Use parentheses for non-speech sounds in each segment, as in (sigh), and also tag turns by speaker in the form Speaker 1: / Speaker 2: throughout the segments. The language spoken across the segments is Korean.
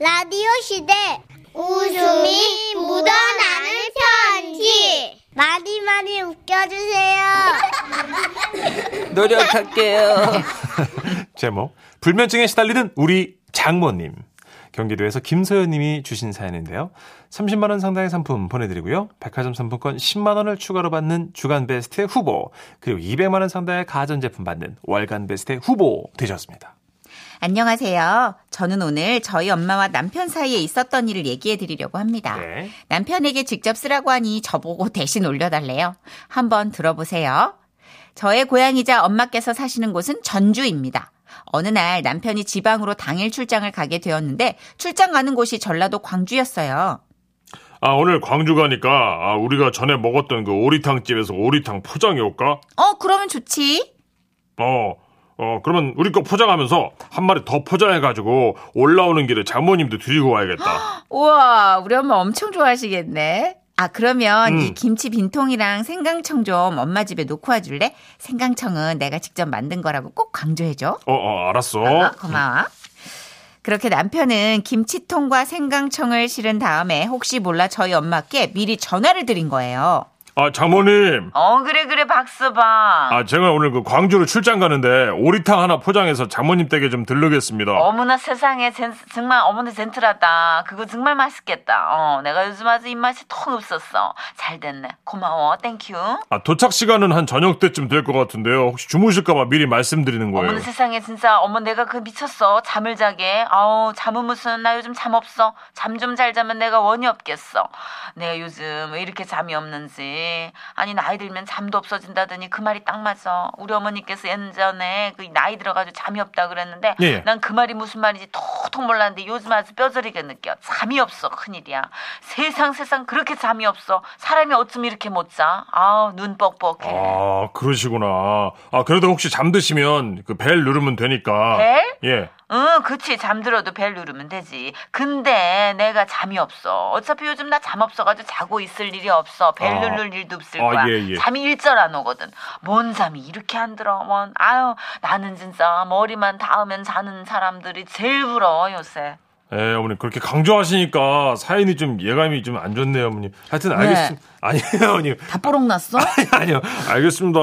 Speaker 1: 라디오 시대 웃음이 묻어나는 편지 많이 많이 (laughs) 웃겨주세요.
Speaker 2: 노력할게요.
Speaker 3: 제목 불면증에 시달리는 우리 장모님 경기도에서 김소연님이 주신 사연인데요. 30만 원 상당의 상품 보내드리고요. 백화점 상품권 10만 원을 추가로 받는 주간 베스트 후보 그리고 200만 원 상당의 가전제품 받는 월간 베스트 후보 되셨습니다.
Speaker 4: 안녕하세요. 저는 오늘 저희 엄마와 남편 사이에 있었던 일을 얘기해 드리려고 합니다.
Speaker 3: 네.
Speaker 4: 남편에게 직접 쓰라고 하니 저보고 (laughs) 대신 올려달래요. 한번 들어보세요. 저의 고향이자 엄마께서 사시는 곳은 전주입니다. 어느 날 남편이 지방으로 당일 출장을 가게 되었는데 출장 가는 곳이 전라도 광주였어요.
Speaker 5: 아 오늘 광주 가니까 아, 우리가 전에 먹었던 그 오리탕 집에서 오리탕 포장해 올까?
Speaker 4: 어, 그러면 좋지.
Speaker 5: 어, 어 그러면 우리 거 포장하면서 한 마리 더 포장해가지고 올라오는 길에 장모님도 드리고 와야겠다.
Speaker 4: 우와, 우리 엄마 엄청 좋아하시겠네. 아, 그러면
Speaker 5: 음.
Speaker 4: 이 김치 빈통이랑 생강청 좀 엄마 집에 놓고 와줄래? 생강청은 내가 직접 만든 거라고 꼭 강조해줘.
Speaker 5: 어, 어 알았어.
Speaker 4: 아, 고마워. 그렇게 남편은 김치통과 생강청을 실은 다음에 혹시 몰라 저희 엄마께 미리 전화를 드린 거예요.
Speaker 5: 아 장모님,
Speaker 4: 어, 그래, 그래, 박서방.
Speaker 5: 아 제가 오늘 그 광주로 출장 가는데 오리탕 하나 포장해서 장모님 댁에 좀 들르겠습니다.
Speaker 4: 어머나 세상에 젠- 정말 어머나 젠틀하다. 그거 정말 맛있겠다. 어, 내가 요즘 아주 입맛이 턱 없었어. 잘 됐네. 고마워. 땡큐.
Speaker 5: 아 도착 시간은 한 저녁 때쯤 될 것 같은데요. 혹시 주무실까봐 미리 말씀드리는 거예요.
Speaker 4: 어머나 세상에 진짜 어머 내가 그 미쳤어. 잠을 자게. 아우 잠은 무슨 나 요즘 잠 없어. 잠 좀 잘 자면 내가 원이 없겠어. 내가 요즘 왜 이렇게 잠이 없는지. 아니 나이 들면 잠도 없어진다더니 그 말이 딱 맞아. 우리 어머니께서 예전에 그 나이 들어가지고 잠이 없다 그랬는데
Speaker 5: 예.
Speaker 4: 난 그 말이 무슨 말인지 톡톡 몰랐는데 요즘 아주 뼈저리게 느껴. 잠이 없어. 큰일이야. 세상 세상 그렇게 잠이 없어. 사람이 어쩜 이렇게 못 자. 아우 눈 뻑뻑해.
Speaker 5: 아, 그러시구나. 아, 그래도 혹시 잠드시면 그 벨 누르면 되니까.
Speaker 4: 벨?
Speaker 5: 예.
Speaker 4: 응, 어, 그치. 잠들어도 벨 누르면 되지. 근데 내가 잠이 없어. 어차피 요즘 나 잠 없어가지고 자고 있을 일이 없어. 벨
Speaker 5: 아.
Speaker 4: 누를 일도 없을
Speaker 5: 아,
Speaker 4: 거야.
Speaker 5: 예, 예.
Speaker 4: 잠이 일절 안 오거든. 뭔 잠이 이렇게 안 들어. 뭔. 아유, 나는 진짜 머리만 닿으면 자는 사람들이 제일 부러워, 요새.
Speaker 5: 예, 어머니 그렇게 강조하시니까 사연이 좀 예감이 좀 안 좋네요, 어머니. 하여튼 알겠습니다. 아니에요, 어머니.
Speaker 4: 다 뽀록 났어?
Speaker 5: (laughs) 아니요. 알겠습니다.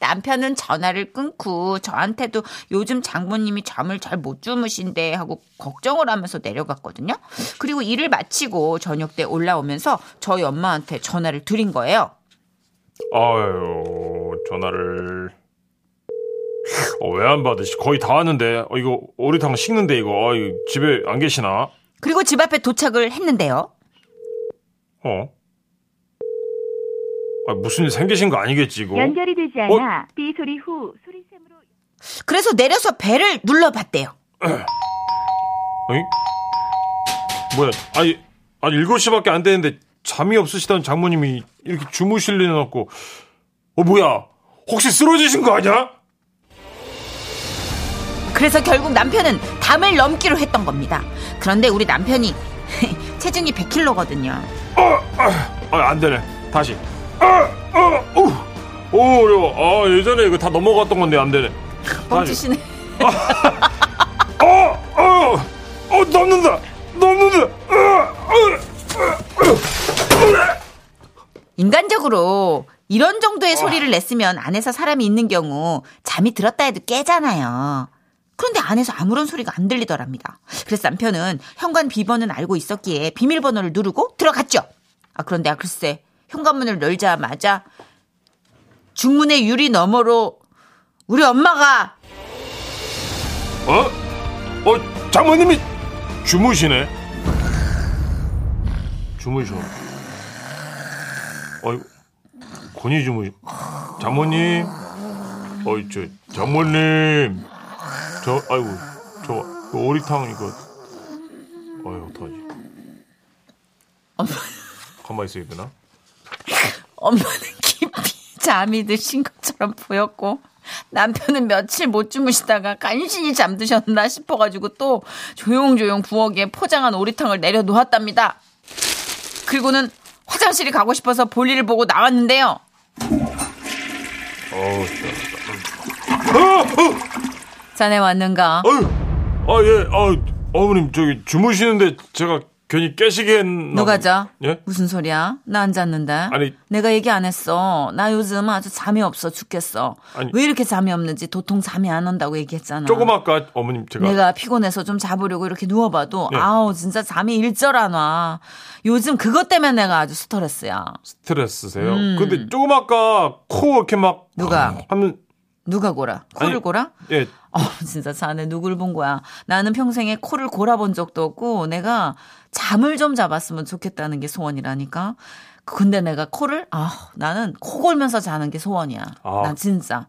Speaker 4: 남편은 전화를 끊고 저한테도 요즘 장모님이 잠을 잘 못 주무신대 하고 걱정을 하면서 내려갔거든요. 그리고 일을 마치고 저녁 때 올라오면서 저희 엄마한테 전화를 드린 거예요.
Speaker 5: 아유, 전화를 어, 왜 안 받으시? 거의 다 왔는데. 어, 이거 오리탕 식는데 이거. 아, 이거 집에 안 계시나?
Speaker 4: 그리고 집 앞에 도착을 했는데요.
Speaker 5: 어? 아, 무슨 일 생기신 거 아니겠지, 이거?
Speaker 6: 연결이 되지 않아 삐 소리 후 소리샘으로
Speaker 4: 그래서 내려서 배를 눌러봤대요.
Speaker 5: 어이? 뭐야? 아니, 아니 7시밖에 안 되는데 잠이 없으시다는 장모님이 이렇게 주무실 리는 없고 어 뭐야? 혹시 쓰러지신 거 아니야?
Speaker 4: 그래서 결국 남편은 담을 넘기로 했던 겁니다. 그런데 우리 남편이 (laughs) 체중이 100kg거든요.
Speaker 5: 아, 안 되네. 다시. 아, 아, 오. 오, 어려워. 아, 예전에 이거 다 넘어갔던 건데 안 되네. 다시.
Speaker 4: 뻥치시네.
Speaker 5: 어, 어. 어, 넘는다. 넘는다. 아, 아.
Speaker 4: 인간적으로 이런 정도의 소리를 냈으면 안에서 사람이 있는 경우 잠이 들었다 해도 깨잖아요. 그런데 안에서 아무런 소리가 안 들리더랍니다. 그래서 남편은 현관 비번은 알고 있었기에 비밀번호를 누르고 들어갔죠. 아, 그런데 아, 글쎄, 현관문을 열자마자 중문의 유리 너머로 우리 엄마가
Speaker 5: 어? 어, 장모님이 주무시네. 주무셔. 어이구, 곤히 주무시. 장모님. 어이, 저, 장모님. 저, 아이고, 저, 그 오리탕 이거. 어이, 어떡하지. 가만히 있어야 되나?
Speaker 4: 엄마는 (laughs) 깊이 잠이 드신 것처럼 보였고 남편은 며칠 못 주무시다가 간신히 잠드셨나 싶어가지고 또 조용조용 부엌에 포장한 오리탕을 내려놓았답니다. 그리고는 화장실이 가고 싶어서 볼일을 보고 나왔는데요.
Speaker 5: 어우, 진짜.
Speaker 4: 자네 왔는가?
Speaker 5: 어? 어휴, 아, 예, 아, 어머님 저기 주무시는데 제가 괜히 깨시게 했나
Speaker 4: 누가
Speaker 5: 보-
Speaker 4: 자?
Speaker 5: 예?
Speaker 4: 무슨 소리야? 나 안 잤는데.
Speaker 5: 아니-
Speaker 4: 내가 얘기 안 했어. 나 요즘 아주 잠이 없어 죽겠어.
Speaker 5: 아니-
Speaker 4: 왜 이렇게 잠이 없는지 도통 잠이 안 온다고 얘기했잖아.
Speaker 5: 조금 아까 어머님 제가
Speaker 4: 내가 피곤해서 좀 자보려고 이렇게 누워봐도
Speaker 5: 예.
Speaker 4: 아우 진짜 잠이 일절 안 와. 요즘 그것 때문에 내가 아주 스트레스야.
Speaker 5: 스트레스세요.
Speaker 4: 음.
Speaker 3: 음.
Speaker 5: 근데 조금 아까 코 이렇게 막
Speaker 4: 누가?
Speaker 5: 하면
Speaker 4: 누가 고라? 코를
Speaker 5: 아니-
Speaker 4: 고라?
Speaker 5: 예
Speaker 4: 어, 진짜 자네 누굴 본 거야. 나는 평생에 코를 골아본 적도 없고 내가 잠을 좀 잡았으면 좋겠다는 게 소원이라니까. 근데 내가 코를 아, 나는 코 골면서 자는 게 소원이야.
Speaker 5: 아.
Speaker 4: 난 진짜.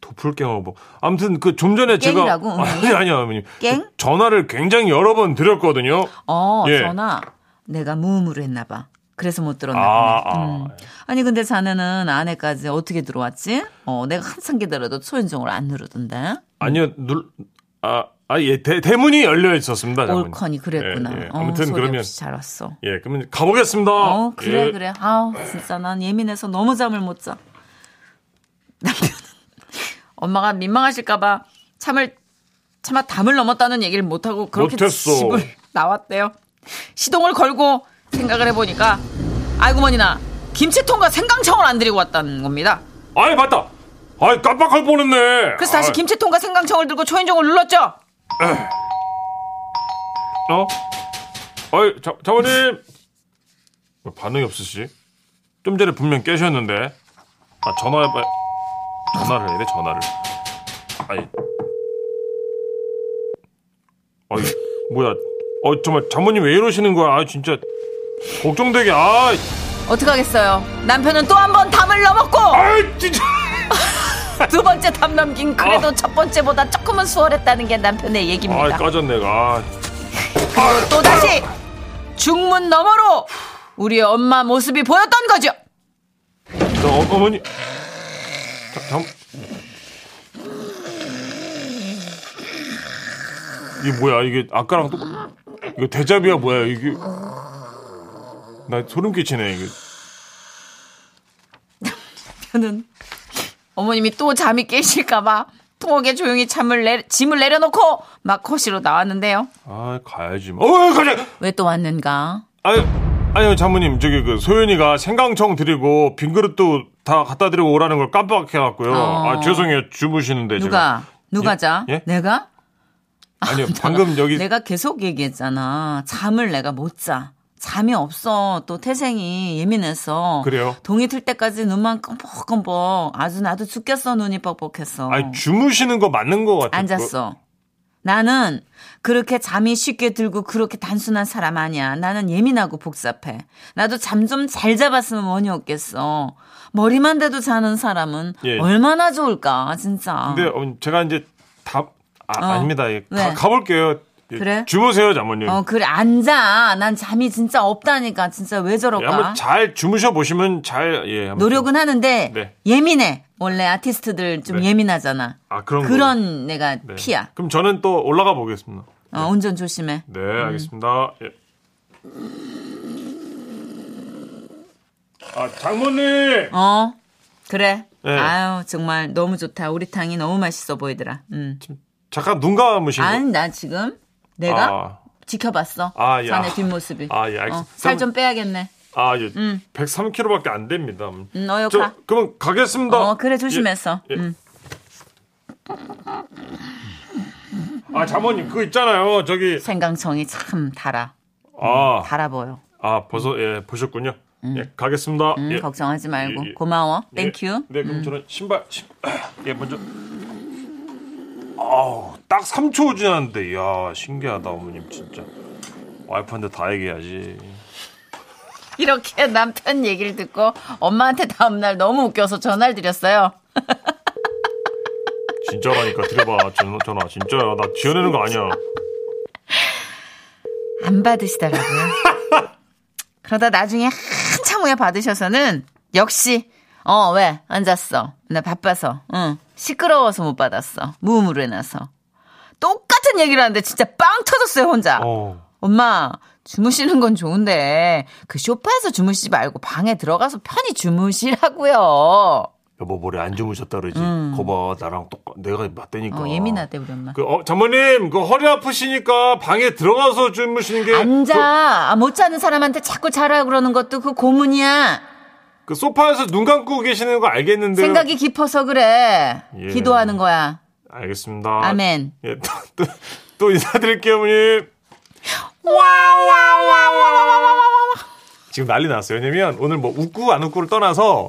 Speaker 5: 도플갱어 뭐 아무튼 그 좀 전에 제가
Speaker 4: 깽이라고?
Speaker 5: 아니 아니요 어머님 그
Speaker 4: 깽?
Speaker 5: 전화를 굉장히 여러 번 드렸거든요.
Speaker 4: 어,
Speaker 5: 예.
Speaker 4: 전화 내가 무음으로 했나 봐. 그래서 못 들었나
Speaker 5: 아,
Speaker 4: 보네. 음. 아니 근데 자네는 아내까지 어떻게 들어왔지? 어, 내가 한참 기다려도 초인종을 안 누르던데.
Speaker 5: 아니요 눌아아예 대문이 열려 있었습니다. 장모님.
Speaker 4: 올컨이 그랬구나.
Speaker 5: 예, 예.
Speaker 4: 어,
Speaker 5: 아무튼
Speaker 4: 소리
Speaker 5: 그러면
Speaker 4: 없이 잘 왔어.
Speaker 5: 예 그러면 가보겠습니다.
Speaker 4: 어, 그래,
Speaker 5: 예.
Speaker 4: 그래. 아우, 진짜 난 예민해서 너무 잠을 못 자. 남편은 엄마가 민망하실까봐 참을, 차마 담을 넘었다는 얘기를 못하고 그렇게
Speaker 5: 못했어.
Speaker 4: 집을 (laughs) 나왔대요. 시동을 걸고 생각을 해보니까, 아이고, 머니나, 김치통과 생강청을 안 드리고 왔다는 겁니다.
Speaker 5: 아이 맞다. 아이 깜빡할 뻔했네.
Speaker 4: 그래서 다시
Speaker 5: 아이,
Speaker 4: 김치통과 생강청을 들고 초인종을 눌렀죠?
Speaker 5: 어? 아이 자, 장모님 왜 반응이 없으시? 좀 전에 분명 깨셨는데 아 전화해봐 전화를 해야 돼 전화를 아이 아이 뭐야 어 정말 장모님 왜 이러시는 거야 아 진짜 걱정되게 아
Speaker 4: 어떡하겠어요. 남편은 또 한 번 담을 넘었고!
Speaker 5: 아이 진짜
Speaker 4: 두 번째 담 넘긴 그래도 첫 번째보다 조금은 수월했다는 게 남편의
Speaker 5: 아. 아이
Speaker 4: 얘기입니다.
Speaker 5: 까졌네 아
Speaker 4: 또다시 중문 너머로 우리 엄마 모습이 보였던 거죠.
Speaker 5: 저, 어, 어머니 자, 잠 이게 뭐야 이게 아까랑 또 이거 대자비야 뭐야 이게 나 소름 끼치네 이게
Speaker 4: 저는 어머님이 또 잠이 깨실까봐 통옥에 조용히 잠을 내, 짐을 내려놓고 막 거실로 나왔는데요.
Speaker 5: 아 가야지 뭐. 어 가자
Speaker 4: 왜 또 왔는가?
Speaker 5: 아유 아유 장모님 저기 그 소연이가 생강청 드리고 빈 그릇도 다 갖다 드리고 오라는 걸 깜빡해갖고요
Speaker 4: 어.
Speaker 5: 아 죄송해요 주무시는데
Speaker 4: 누가?
Speaker 5: 제가.
Speaker 4: 누가 자?
Speaker 5: 예?
Speaker 4: 내가? (laughs)
Speaker 5: 아니요 방금 여기
Speaker 4: 내가 계속 얘기했잖아. 잠을 내가 못 자. 잠이 없어. 또 태생이 예민해서.
Speaker 5: 그래요?
Speaker 4: 동이 틀 때까지 눈만 껌뻑껌뻑. 아주 나도 죽겠어. 눈이 뻑뻑해서.
Speaker 5: 아니 주무시는 거 맞는 거 같아요
Speaker 4: 앉았어. 나는 그렇게 잠이 쉽게 들고 그렇게 단순한 사람 아니야. 나는 예민하고 복잡해. 나도 잠 좀 잘 잡았으면 원이 없겠어. 머리만 대도 자는 사람은
Speaker 5: 예.
Speaker 4: 얼마나 좋을까, 진짜.
Speaker 5: 근데 어, 제가 이제 답 아,
Speaker 4: 어.
Speaker 5: 아닙니다. 예, 가,
Speaker 4: 왜?
Speaker 5: 가볼게요. 예,
Speaker 4: 그래?
Speaker 5: 주무세요, 장모님.
Speaker 4: 어, 그래, 앉아. 난 잠이 진짜 없다니까. 진짜 왜
Speaker 5: 예,
Speaker 4: 저럴까?
Speaker 5: 한번 잘 주무셔 보시면 잘 예. 한번
Speaker 4: 노력은 하는데
Speaker 5: 네.
Speaker 4: 예민해. 원래 아티스트들 좀
Speaker 5: 네.
Speaker 4: 예민하잖아.
Speaker 5: 아, 그런
Speaker 4: 내가
Speaker 5: 좀- 네.
Speaker 4: 피야.
Speaker 5: 그럼 저는 또 올라가 보겠습니다.
Speaker 4: 어, 운전 조심해.
Speaker 5: 네, 알겠습니다. 예. 아, 장모님.
Speaker 4: 어, 그래.
Speaker 5: 네.
Speaker 4: 아유, 정말 너무 좋다. 우리 탕이 너무 맛있어 보이더라. 음.
Speaker 5: 잠깐 눈 감으신 거.
Speaker 4: 아니, 나 지금 내가
Speaker 5: 뭐- 아,
Speaker 4: 지켜봤어.
Speaker 5: 아, 예.
Speaker 4: 자네 뒷모습이. 어,
Speaker 5: 아, 예, 알겠습니다.
Speaker 4: 살 좀 빼야겠네.
Speaker 5: 아, 예. 103kg밖에 안 됩니다.
Speaker 4: 음, 어여
Speaker 5: 저
Speaker 4: 가.
Speaker 5: 그럼 가겠습니다.
Speaker 4: 어, 그래, 조심했어.
Speaker 5: 예.
Speaker 4: 음.
Speaker 5: 아, 장모님 그거 있잖아요. 저기
Speaker 4: 생강청이 참 달아.
Speaker 5: 아,
Speaker 4: 달아 보여.
Speaker 5: 아, 벌써 예, 보셨군요. 예, 가겠습니다.
Speaker 4: 음,
Speaker 5: 예.
Speaker 4: 걱정하지 말고.
Speaker 5: 예, 예.
Speaker 4: 고마워.
Speaker 5: 예.
Speaker 4: 땡큐.
Speaker 5: 네, 그럼 저는 신발 신- 예 먼저. 아우 딱 3초 지났는데 이야 신기하다 어머님 진짜 와이프한테 다 얘기해야지.
Speaker 4: 이렇게 남편 얘기를 듣고 엄마한테 다음날 너무 웃겨서 전화를 드렸어요.
Speaker 5: 진짜라니까 들어봐 전- 전화 진짜야 나 지어내는 거 아니야.
Speaker 4: 안 (laughs) 받으시더라고요. 그러다 나중에 한참 후에 받으셔서는 역시 어 왜 앉았어 나 바빠서 응 시끄러워서 못 받았어 무음으로 해놔서 똑같은 얘기를 하는데 진짜 빵 터졌어요 혼자
Speaker 5: 어.
Speaker 4: 엄마 주무시는 건 좋은데 그 소파에서 주무시지 말고 방에 들어가서 편히 주무시라고요
Speaker 3: 여보 모레 안 주무셨다 그러지.
Speaker 4: 음.
Speaker 3: 거봐 나랑 똑같 내가 맞다니까.
Speaker 4: 어, 예민하대 우리 엄마.
Speaker 3: 그, 어, 장모님, 그 허리 아프시니까 방에 들어가서 주무시는 게.
Speaker 4: 앉아.
Speaker 3: 그,
Speaker 4: 아, 못 자는 사람한테 자꾸 자라 그러는 것도 그 고문이야.
Speaker 3: 그 소파에서 눈 감고 계시는 거 알겠는데.
Speaker 4: 생각이 깊어서 그래.
Speaker 3: 네. 예.
Speaker 4: 기도하는 거야.
Speaker 3: 알겠습니다.
Speaker 4: 아멘.
Speaker 3: 예, 또, 또, 또 인사드릴게요, 어머님. 지금 난리 났어요. 왜냐면 오늘 뭐 웃고 안 웃고를 떠나서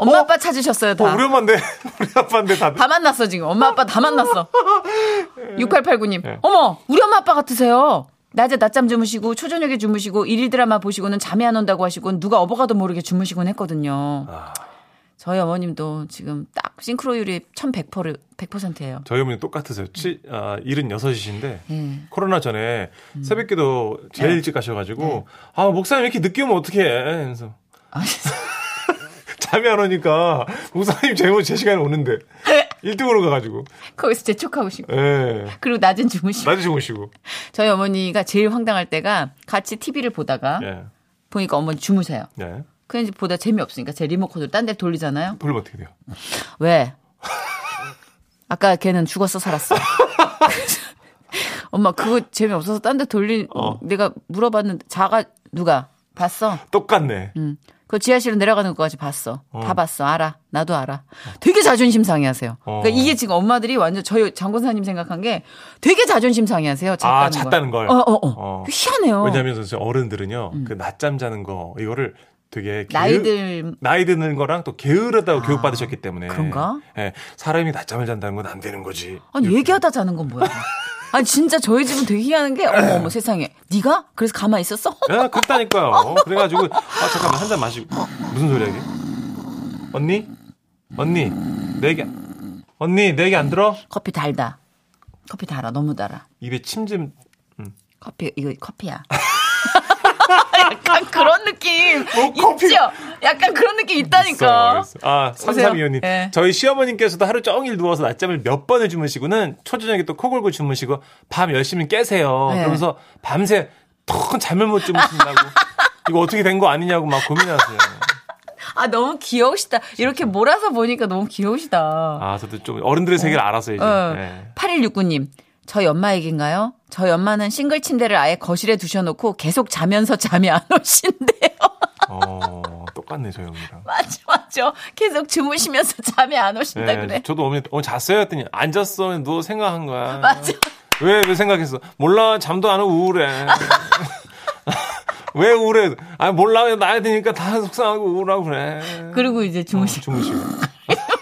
Speaker 4: 엄마 아빠 찾으셨어요 다.
Speaker 3: 어, 우리 엄마인데 (laughs) 우리 아빠인데 다들
Speaker 4: 다 만났어 지금. 엄마 아빠 다 만났어.
Speaker 3: (laughs)
Speaker 4: 6889님.
Speaker 3: 예.
Speaker 4: 어머 우리 엄마 아빠 같으세요. 낮에 낮잠 주무시고 초저녁에 주무시고 일일 드라마 보시고는 잠이 안 온다고 하시고 누가 업어가도 모르게 주무시곤 했거든요.
Speaker 3: 아.
Speaker 4: 저희 어머님도 지금 딱 싱크로율이 1100%를 100%예요.
Speaker 3: 저희 어머니 똑같으세요. 치, 아, 76이신데
Speaker 4: 예. 음.
Speaker 3: 코로나 전에 새벽기도 제일 일찍 가셔가지고
Speaker 4: 예.
Speaker 3: 아 목사님 이렇게 늦게 오면 어떡해 그래서
Speaker 4: 아,
Speaker 3: (laughs) 잠이 안 오니까 목사님 제, 제 시간에 오는데
Speaker 4: 예.
Speaker 3: 1등으로 가가지고
Speaker 4: 거기서 재촉하고 싶고.
Speaker 3: 예
Speaker 4: 그리고 낮은 주무시고.
Speaker 3: 낮에 주무시고
Speaker 4: 저희 어머니가 제일 황당할 때가 같이 TV를 보다가
Speaker 3: 예,
Speaker 4: 보니까 어머니 주무세요.
Speaker 3: 예.
Speaker 4: 그냥 이제 보다 재미없으니까 제 리모컨으로 딴 데 돌리잖아요.
Speaker 3: 돌리면 어떻게 돼요?
Speaker 4: 왜? 아까 걔는 죽었어 살았어. (laughs) 그래서 엄마 그거 재미없어서 딴 데 돌린
Speaker 3: 어.
Speaker 4: 내가 물어봤는데 자가 누가 봤어?
Speaker 3: 똑같네
Speaker 4: 음. 그 지하실로 내려가는 것까지 봤어. 다
Speaker 3: 어.
Speaker 4: 봤어. 알아. 나도 알아. 되게 자존심 상해하세요.
Speaker 3: 어.
Speaker 4: 그러니까 이게 지금 엄마들이 완전 저희 장군사님 생각한 게 되게 자존심 상해하세요. 잤다는
Speaker 3: 아, 잤다는 걸.
Speaker 4: 어어어.
Speaker 3: 어.
Speaker 4: 희한해요.
Speaker 3: 왜냐하면 선생님, 어른들은요 그 낮잠 자는 거 이거를 되게 게으-
Speaker 4: 나이들 아.
Speaker 3: 나이 드는 거랑 또 게으르다고 교육받으셨기 때문에
Speaker 4: 그런가?
Speaker 3: 예, 사람이 낮잠을 잔다는 건 안 되는 거지.
Speaker 4: 아니 얘기하다 자는 건 뭐야? 아니 진짜 저희 집은 되게 희한한 게 어머 어머 세상에 네가 그래서 가만히 있었어?
Speaker 3: 예, 그렇다니까요. 그래가지고 아 잠깐만 한 잔 마시고 무슨 소리야 이게? 언니, 언니 내 얘기 안- 언니 내 얘기 안 들어?
Speaker 4: 커피 달다. 커피 달아 너무 달아.
Speaker 3: 입에 침좀
Speaker 4: 커피 이거 커피야. (laughs) 약간 그런 느낌
Speaker 3: 커피.
Speaker 4: 있죠? 약간 그런 느낌 있다니까.
Speaker 3: 아,
Speaker 4: 오세요.
Speaker 3: 3325님.
Speaker 4: 그러니까. 예.
Speaker 3: 저희 시어머님께서도 하루 종일 누워서 낮잠을 몇 번을 주무시고는 초저녁에 또 코 골고 주무시고 밤 열심히 깨세요.
Speaker 4: 네.
Speaker 3: 그러면서 밤새 턱 잠을 못
Speaker 4: (laughs)
Speaker 3: 주무신다고. 이거 어떻게 된 거 아니냐고 막 고민하세요.
Speaker 4: 아 너무 귀여우시다. 이렇게 몰아서 보니까 너무 귀여우시다.
Speaker 3: 아, 저도 좀 어른들의 세계를 알았어요, 이제.
Speaker 4: 어.
Speaker 3: 예.
Speaker 4: 8169님. 저희 엄마 얘기인가요? 저희 엄마는 싱글 침대를 아예 거실에 두셔놓고 계속 자면서 잠이 안 오신대요.
Speaker 3: 어, 똑같네, 저희 언니랑.
Speaker 4: (laughs) 맞아, 맞아. 계속 주무시면서 잠이 안 오신다
Speaker 3: 예,
Speaker 4: 그래.
Speaker 3: 저도 어머니, 어, 잤어요? 했더니, 안 잤어. 누워 생각한 거야.
Speaker 4: 맞아.
Speaker 3: 왜, 왜 생각했어? 몰라, 잠도 안 오고 우울해. (laughs) 왜 우울해? 아, 몰라, 나이 드니까 다 속상하고 우울하고 그래. 아,
Speaker 4: 그리고 이제 주무시.
Speaker 3: 주무시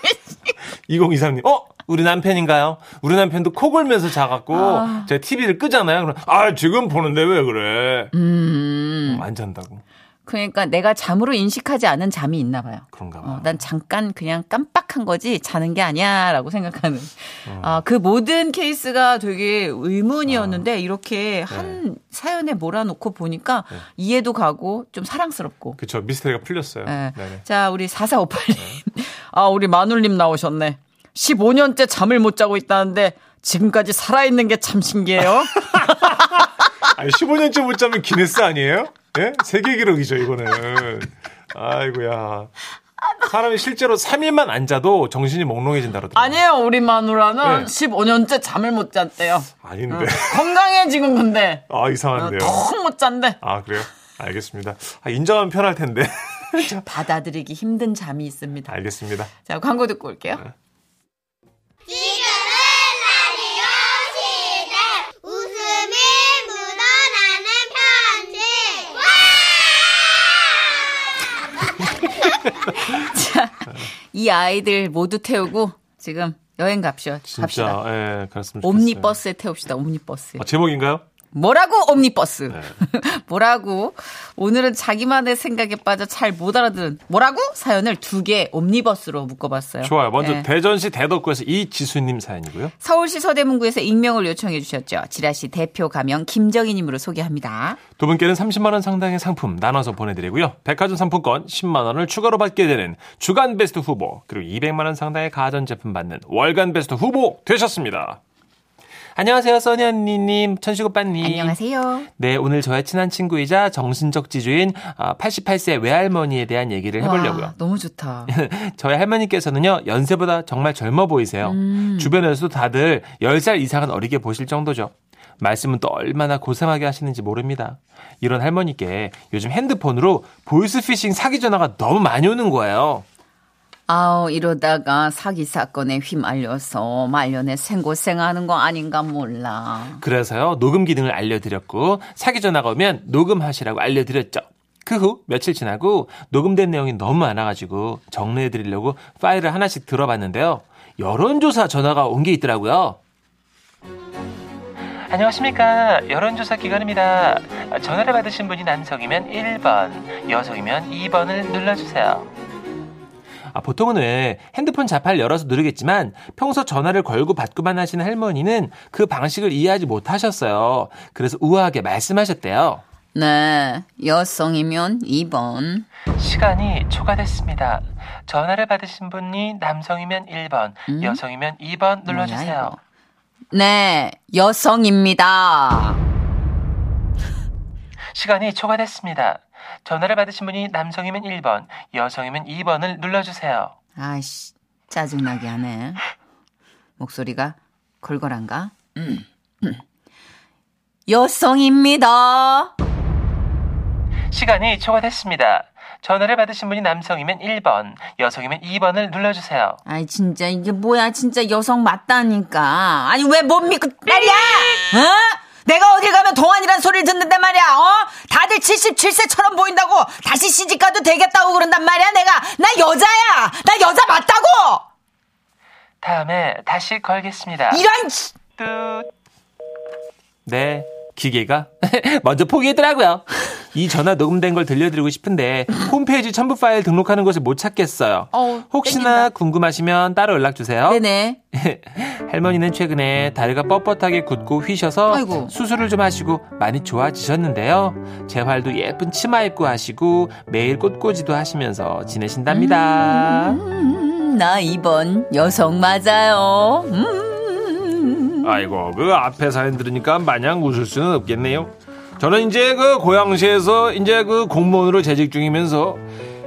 Speaker 4: (laughs)
Speaker 3: 2023님, 어? 우리 남편인가요? 우리 남편도 코 골면서 자갖고,
Speaker 4: 아.
Speaker 3: 제가 TV를 끄잖아요. 그럼, 아, 지금 보는데 왜 그래?
Speaker 4: 음.
Speaker 3: 음, 안 잔다고.
Speaker 4: 그러니까 내가 잠으로 인식하지 않은 잠이 있나 봐요.
Speaker 3: 그런가 봐.
Speaker 4: 어, 난 잠깐 그냥 깜빡한 거지 자는 게 아니야라고 생각하는.
Speaker 3: 어.
Speaker 4: 아, 그 모든 케이스가 되게 의문이었는데
Speaker 3: 어.
Speaker 4: 이렇게 한
Speaker 3: 네.
Speaker 4: 사연에 몰아놓고 보니까 이해도 가고 좀 사랑스럽고
Speaker 3: 그쵸, 미스테리가 풀렸어요.
Speaker 4: 예.
Speaker 3: 네네.
Speaker 4: 자, 우리 4458님. 아, 우리 마눌님 나오셨네. 15년째 잠을 못 자고 있다는데 지금까지 살아있는 게 참 신기해요.
Speaker 3: (laughs) 아니, 15년째 못 자면 기네스 아니에요? 예? 세계 기록이죠, 이거는. 아이고야. 사람이 실제로 3일만 안 자도 정신이 몽롱해진다 그러더라고요.
Speaker 4: 아니에요, 우리 마누라는
Speaker 3: 네.
Speaker 4: 15년째 잠을 못 잤대요.
Speaker 3: 아닌데.
Speaker 4: 건강해, 지금 근데.
Speaker 3: 아, 이상한데요.
Speaker 4: 턱 못 잔대.
Speaker 3: 아, 그래요? 알겠습니다. 아, 인정하면 편할 텐데.
Speaker 4: 받아들이기 힘든 잠이 있습니다.
Speaker 3: 알겠습니다.
Speaker 4: 자, 광고 듣고 올게요.
Speaker 3: 네.
Speaker 1: 지금은 라디오 시대 웃음이 묻어나는 편지
Speaker 4: 이 아이들 모두 태우고 지금 여행 갑시다.
Speaker 3: 진짜,
Speaker 4: 갑시다.
Speaker 3: 예, 그랬으면 좋겠어요.
Speaker 4: 옴니버스에 태웁시다. 옴니버스에.
Speaker 3: 아, 제목인가요?
Speaker 4: 뭐라고 옴니버스
Speaker 3: 네.
Speaker 4: (laughs) 뭐라고 오늘은 자기만의 생각에 빠져 잘 못 알아듣는 뭐라고 사연을 두 개 옴니버스로 묶어봤어요.
Speaker 3: 좋아요. 먼저
Speaker 4: 예.
Speaker 3: 대전시 대덕구에서 이지수님 사연이고요.
Speaker 4: 서울시 서대문구에서 익명을 요청해 주셨죠. 지라시 대표 가명 김정희님으로 소개합니다.
Speaker 3: 두 분께는 30만 원 상당의 상품 나눠서 보내드리고요. 백화점 상품권 10만 원을 추가로 받게 되는 주간 베스트 후보 그리고 200만 원 상당의 가전 제품 받는 월간 베스트 후보 되셨습니다.
Speaker 7: 안녕하세요, 써니 언니님, 천식 오빠님.
Speaker 4: 안녕하세요.
Speaker 7: 네, 오늘 저의 친한 친구이자 정신적 지주인 아, 88세 외할머니에 대한 얘기를 해보려고요.
Speaker 4: 와, 너무 좋다.
Speaker 7: 저희 할머니께서는요, 연세보다 정말 젊어 보이세요. 주변에서도 다들 10살 이상은 어리게 보실 정도죠. 말씀은 또 얼마나 고상하게 하시는지 모릅니다. 이런 할머니께 요즘 핸드폰으로 보이스피싱 사기 전화가 너무 많이 오는 거예요.
Speaker 4: 아우 이러다가 사기 사건에 휘말려서 말년에 생고생하는 거 아닌가 몰라.
Speaker 7: 그래서요, 녹음 기능을 알려드렸고, 사기 전화가 오면 녹음하시라고 알려드렸죠. 그 후 며칠 지나고 녹음된 내용이 너무 많아가지고 정리해드리려고 파일을 하나씩 들어봤는데요. 여론조사 전화가 온 게 있더라고요. 안녕하십니까. 여론조사 기관입니다. 전화를 받으신 분이 남성이면 1번, 여성이면 2번을 눌러주세요. 아, 보통은 왜 핸드폰 자판을 열어서 누르겠지만 평소 전화를 걸고 받고만 하시는 할머니는 그 방식을 이해하지 못하셨어요. 그래서 우아하게 말씀하셨대요.
Speaker 4: 네, 여성이면 2번.
Speaker 7: 시간이 초과됐습니다. 전화를 받으신 분이 남성이면 1번,
Speaker 4: 음?
Speaker 7: 여성이면 2번
Speaker 4: 뭐야, 이거. 네, 여성입니다.
Speaker 7: 시간이 초과됐습니다. 전화를 받으신 분이 남성이면 1번, 여성이면 2번을 눌러주세요.
Speaker 4: 아이씨, 짜증나게 하네. 목소리가 걸걸한가? 음. 여성입니다.
Speaker 7: 시간이 초과됐습니다. 전화를 받으신 분이 남성이면 1번, 여성이면 2번을 눌러주세요.
Speaker 4: 아이 진짜 이게 뭐야 진짜 여성 맞다니까 아니 왜 못 믿고 말이야 어? 내가 어딜 가면 동안이란 소리를 듣는단 말이야 어? 다들 77세처럼 보인다고 다시 시집가도 되겠다고 그런단 말이야 내가 나 여자야 나 여자 맞다고
Speaker 7: 다음에 다시 걸겠습니다.
Speaker 4: 이런 씨.
Speaker 7: 뚜. 네, 기계가 먼저 포기했더라고요. 이 전화 녹음된 걸 들려드리고 싶은데
Speaker 4: 아,
Speaker 7: 홈페이지 첨부 파일 등록하는 곳을 못 찾겠어요.
Speaker 4: 어우,
Speaker 7: 혹시나 궁금하시면 따로 연락 주세요.
Speaker 4: 네네
Speaker 7: 할머니는 최근에 다리가 뻣뻣하게 굳고 휘셔서
Speaker 4: 아이고.
Speaker 7: 수술을 좀 하시고 많이 좋아지셨는데요. 재활도 예쁜 치마 입고 하시고 매일 꽃꽂이도 하시면서 지내신답니다.
Speaker 4: 음, 나 2번 여성 맞아요 음.
Speaker 3: 아이고 그 앞에 사연 들으니까 마냥 웃을 수는 없겠네요. 저는 이제 그 고양시에서 이제 그 공무원으로 재직 중이면서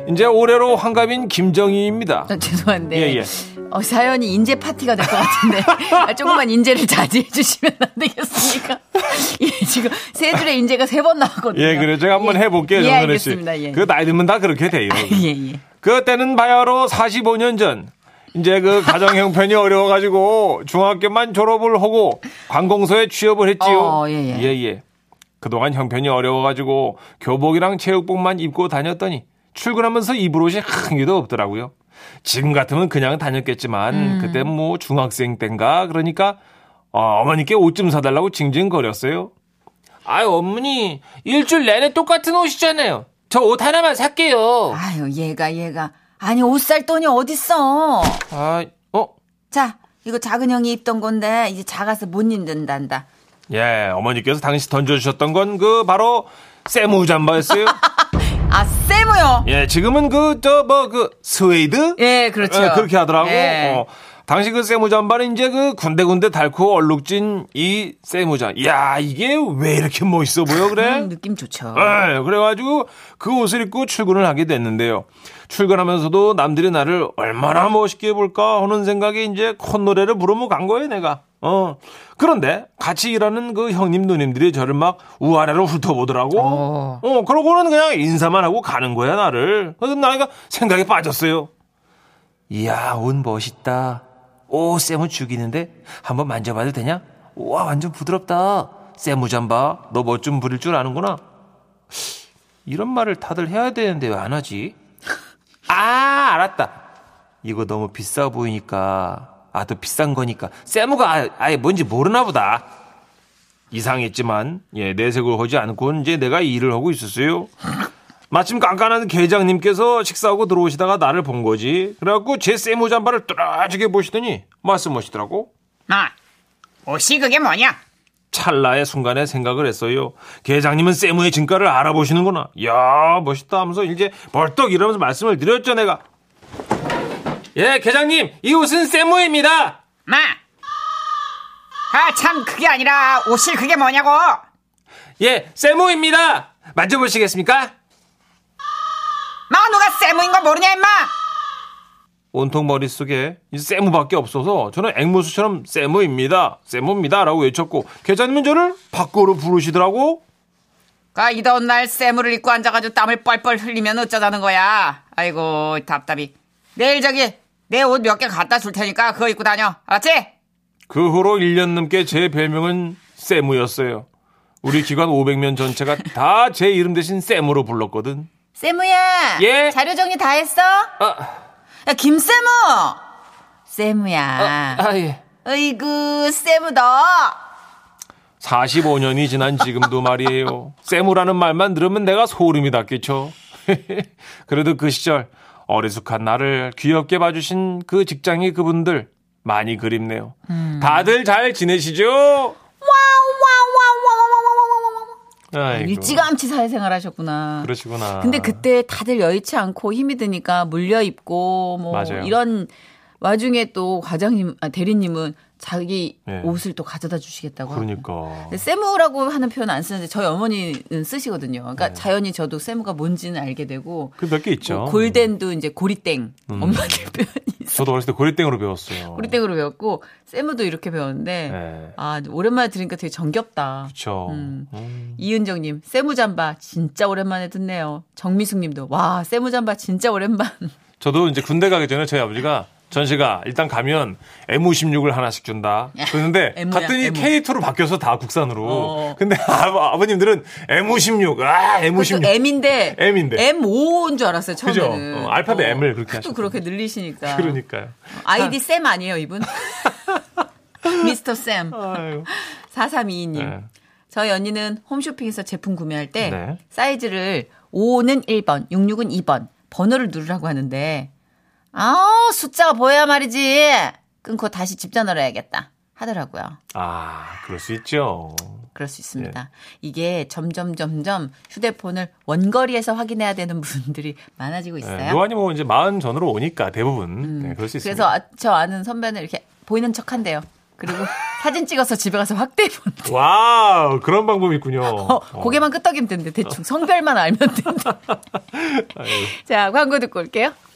Speaker 3: 이제 올해로 환갑인 김정희입니다.
Speaker 4: 아, 죄송한데
Speaker 3: 예, 예.
Speaker 4: 어, 사연이 인재 파티가 될 것 같은데 아, 조금만 인재를 자제해 주시면 안 되겠습니까? (laughs) 예, 지금 세 줄의 인재가 세 번 나왔거든요.
Speaker 3: 예, 그래 제가 한번
Speaker 4: 예.
Speaker 3: 해볼게요,
Speaker 4: 예,
Speaker 3: 정선혜 씨.
Speaker 4: 알겠습니다. 예.
Speaker 3: 그 나이 들면 다 그렇게
Speaker 4: (laughs)
Speaker 3: 돼요.
Speaker 4: 예, 예.
Speaker 3: 그때는 바야로 45년 전. 이제 그 가정 형편이 어려워가지고 중학교만 졸업을 하고 관공서에 취업을 했지요.
Speaker 4: 어, 예, 예.
Speaker 3: 예. 그동안 형편이 어려워가지고 교복이랑 체육복만 입고 다녔더니 출근하면서 입을 옷이 한 개도 없더라고요. 지금 같으면 그냥 다녔겠지만
Speaker 4: 음.
Speaker 3: 그때 뭐 중학생 땐가 그러니까 어, 어머니께 옷 좀 사달라고 징징거렸어요.
Speaker 7: 아유 어머니 일주일 내내 똑같은 옷이잖아요. 저 옷 하나만 살게요.
Speaker 4: 아유, 얘가 얘가 아니 옷 살 돈이 어딨어?
Speaker 7: 아, 어?
Speaker 4: 자, 이거 작은 형이 입던 건데 이제 작아서 못 입는단다.
Speaker 3: 예, 어머니께서 당시 던져주셨던 건 그 바로
Speaker 4: (laughs)
Speaker 3: 세무 잠바였어요.
Speaker 4: 아, 세모요.
Speaker 3: 예, 지금은 그 저 뭐 그 스웨이드?
Speaker 4: 예, 그렇죠.
Speaker 3: 예, 그렇게 하더라고.
Speaker 4: 예.
Speaker 3: 어. 당시 그 세무잠바는 이제 그 군데군데 닳고 얼룩진 이 세무잠. 야, 이게 왜 이렇게 멋있어 보여 그래?
Speaker 4: 음, 느낌 좋죠.
Speaker 3: 예, 그래가지고 그 옷을 입고 출근을 하게 됐는데요. 출근하면서도 남들이 나를 얼마나 멋있게 볼까 하는 생각에 이제 콧노래를 부르며 간 거예요, 내가. 어. 그런데 같이 일하는 그 형님 누님들이 저를 막 우아래로 훑어보더라고.
Speaker 4: 어.
Speaker 3: 어. 그러고는 그냥 인사만 하고 가는 거야, 나를. 그래서 나이가 생각에 빠졌어요.
Speaker 7: 이야, 옷 멋있다. 오, 쌤은 죽이는데? 한번 만져봐도 되냐? 와, 완전 부드럽다. 쌤 우잠바, 너 멋 좀 부릴 줄 아는구나. 이런 말을 다들 해야 되는데 왜
Speaker 3: (laughs)
Speaker 7: 안 하지? 아, 알았다. 이거 너무 비싸 보이니까. 아, 또 비싼 거니까. 쌤우가 아- 아예 뭔지 모르나 보다.
Speaker 3: 이상했지만 예 내색을 하지 않고는 이제 내가 일을 하고 있었어요. 마침 깐깐한 계장님께서 식사하고 들어오시다가 나를 본 거지. 그래갖고 제 세모잠바를 뚜라지게 보시더니 말씀하시더라고.
Speaker 8: 아, 옷이 그게 뭐냐?
Speaker 3: 찰나의 순간에 생각을 했어요. 계장님은 세무의 진가를 알아보시는구나. 야 멋있다 하면서 이제 벌떡 일어나면서 말씀을 드렸죠 내가.
Speaker 7: 예, 계장님, 이 옷은 쌤우입니다.
Speaker 8: 마,
Speaker 2: 아, 참, 그게 아니라 옷이 그게 뭐냐고!
Speaker 3: 예, 세모입니다. 만져보시겠습니까?
Speaker 2: 마, 누가 세무인 거 모르냐, 임마!
Speaker 3: 온통 머릿속에 이 세무밖에 없어서 저는 앵무새처럼 세무입니다. 세무입니다라고 외쳤고 계장님은 저를 밖으로 부르시더라고.
Speaker 2: 아, 이 더운 날 세무를 입고 앉아가지고 땀을 뻘뻘 흘리면 어쩌자는 거야. 아이고, 답답이. 내일 저기, 내 옷 몇 개 갖다 줄 테니까 그거 입고 다녀. 알았지?
Speaker 3: 그 후로 1년 넘게 제 별명은 세무였어요. 우리 기관 500명 전체가 다 제 이름 대신 세무로 불렀거든.
Speaker 4: 세무야.
Speaker 3: 예?
Speaker 4: 자료 정리 다 했어?
Speaker 3: 아,
Speaker 4: 야, 김세무. 세무야.
Speaker 3: 아 예.
Speaker 4: 어이구, 세무 너.
Speaker 3: 45년이 지난 지금도 말이에요. 세무라는 말만 들으면 내가 소름이 돋겠죠. (laughs) 그래도 그 시절 어리숙한 나를 귀엽게 봐주신 그 직장이 그분들 많이 그립네요.
Speaker 4: 음.
Speaker 3: 다들 잘 지내시죠? 아이고,
Speaker 4: 일찌감치 사회생활 하셨구나.
Speaker 3: 그러시구나.
Speaker 4: 근데 그때 다들 여의치 않고 힘이 드니까 물려 입고 뭐
Speaker 3: 맞아요.
Speaker 4: 이런 와중에 또 과장님 아, 대리님은 자기
Speaker 3: 예.
Speaker 4: 옷을 또 가져다 주시겠다고 하고.
Speaker 3: 그러니까.
Speaker 4: 근데 세무라고 하는 표현 안 쓰는데 저희 어머니는 쓰시거든요. 그러니까 자연히 저도 세무가 뭔지는 알게 되고
Speaker 3: 네. 그 몇 개 있죠.
Speaker 4: 뭐 골덴도 이제 고리땡 엄마의 (laughs) 표현이 있어.
Speaker 3: 저도 음. 어렸을 때 고리땡으로 배웠어요.
Speaker 4: 고리땡으로 배웠고 세무도 이렇게 배웠는데
Speaker 3: 네.
Speaker 4: 아 오랜만에 들으니까 되게 정겹다.
Speaker 3: 그렇죠.
Speaker 4: 음. 이은정님, 세무잠바 진짜 오랜만에 듣네요. 정미숙님도 와 세무잠바 진짜 오랜만.
Speaker 3: 저도 이제 군대 가기 전에 저희 아버지가 전시가 일단 가면 M56을 하나씩 준다. 그런데
Speaker 4: M 야,
Speaker 3: 갔더니
Speaker 4: M.
Speaker 3: K2로 바뀌어서 다 국산으로.
Speaker 4: 어.
Speaker 3: 근데 (laughs) 아, 버님들은 M56, 아, M56.
Speaker 4: 그것도 M인데
Speaker 3: M인데.
Speaker 4: M5인 줄 알았어요
Speaker 3: 그죠?
Speaker 4: 처음에는.
Speaker 3: 어, 알파벳 M을 그렇게
Speaker 4: 또
Speaker 3: 하셨죠.
Speaker 4: 그렇게 늘리시니까.
Speaker 3: 그러니까요.
Speaker 4: 아이디 쌤 아니에요
Speaker 3: (laughs)
Speaker 4: 이분? 미스터 쌤.
Speaker 3: 아유.
Speaker 4: 4322님.
Speaker 3: 어. 네.
Speaker 4: 저희 언니는 홈쇼핑에서 제품 구매할 때
Speaker 3: 네.
Speaker 4: 사이즈를 5는 1번, 66은 2번 번호를 누르라고 하는데 아 숫자가 보여야 말이지. 끊고 다시 집자 넣어야겠다 하더라고요.
Speaker 3: 아, 그럴 수 있죠.
Speaker 4: 그럴 수
Speaker 3: 네.
Speaker 4: 있습니다. 이게 점점 점점 휴대폰을 원거리에서 확인해야 되는 분들이 많아지고
Speaker 3: 네,
Speaker 4: 있어요.
Speaker 3: 요한이 뭐 이제 마흔 전으로 오니까 대부분. 네, 그럴 수 있습니다.
Speaker 4: 그래서 아- 저 아는 선배는 이렇게 보이는 척한대요.
Speaker 3: (laughs)
Speaker 4: 그리고 사진 찍어서 집에 가서 확대해 본대.
Speaker 3: 와우, 그런 방법이 있군요.
Speaker 4: 어,
Speaker 3: (laughs)
Speaker 4: 고개만 끄덕이면 된대. 대충 성별만 알면 된대. 자, 광고 듣고 올게요.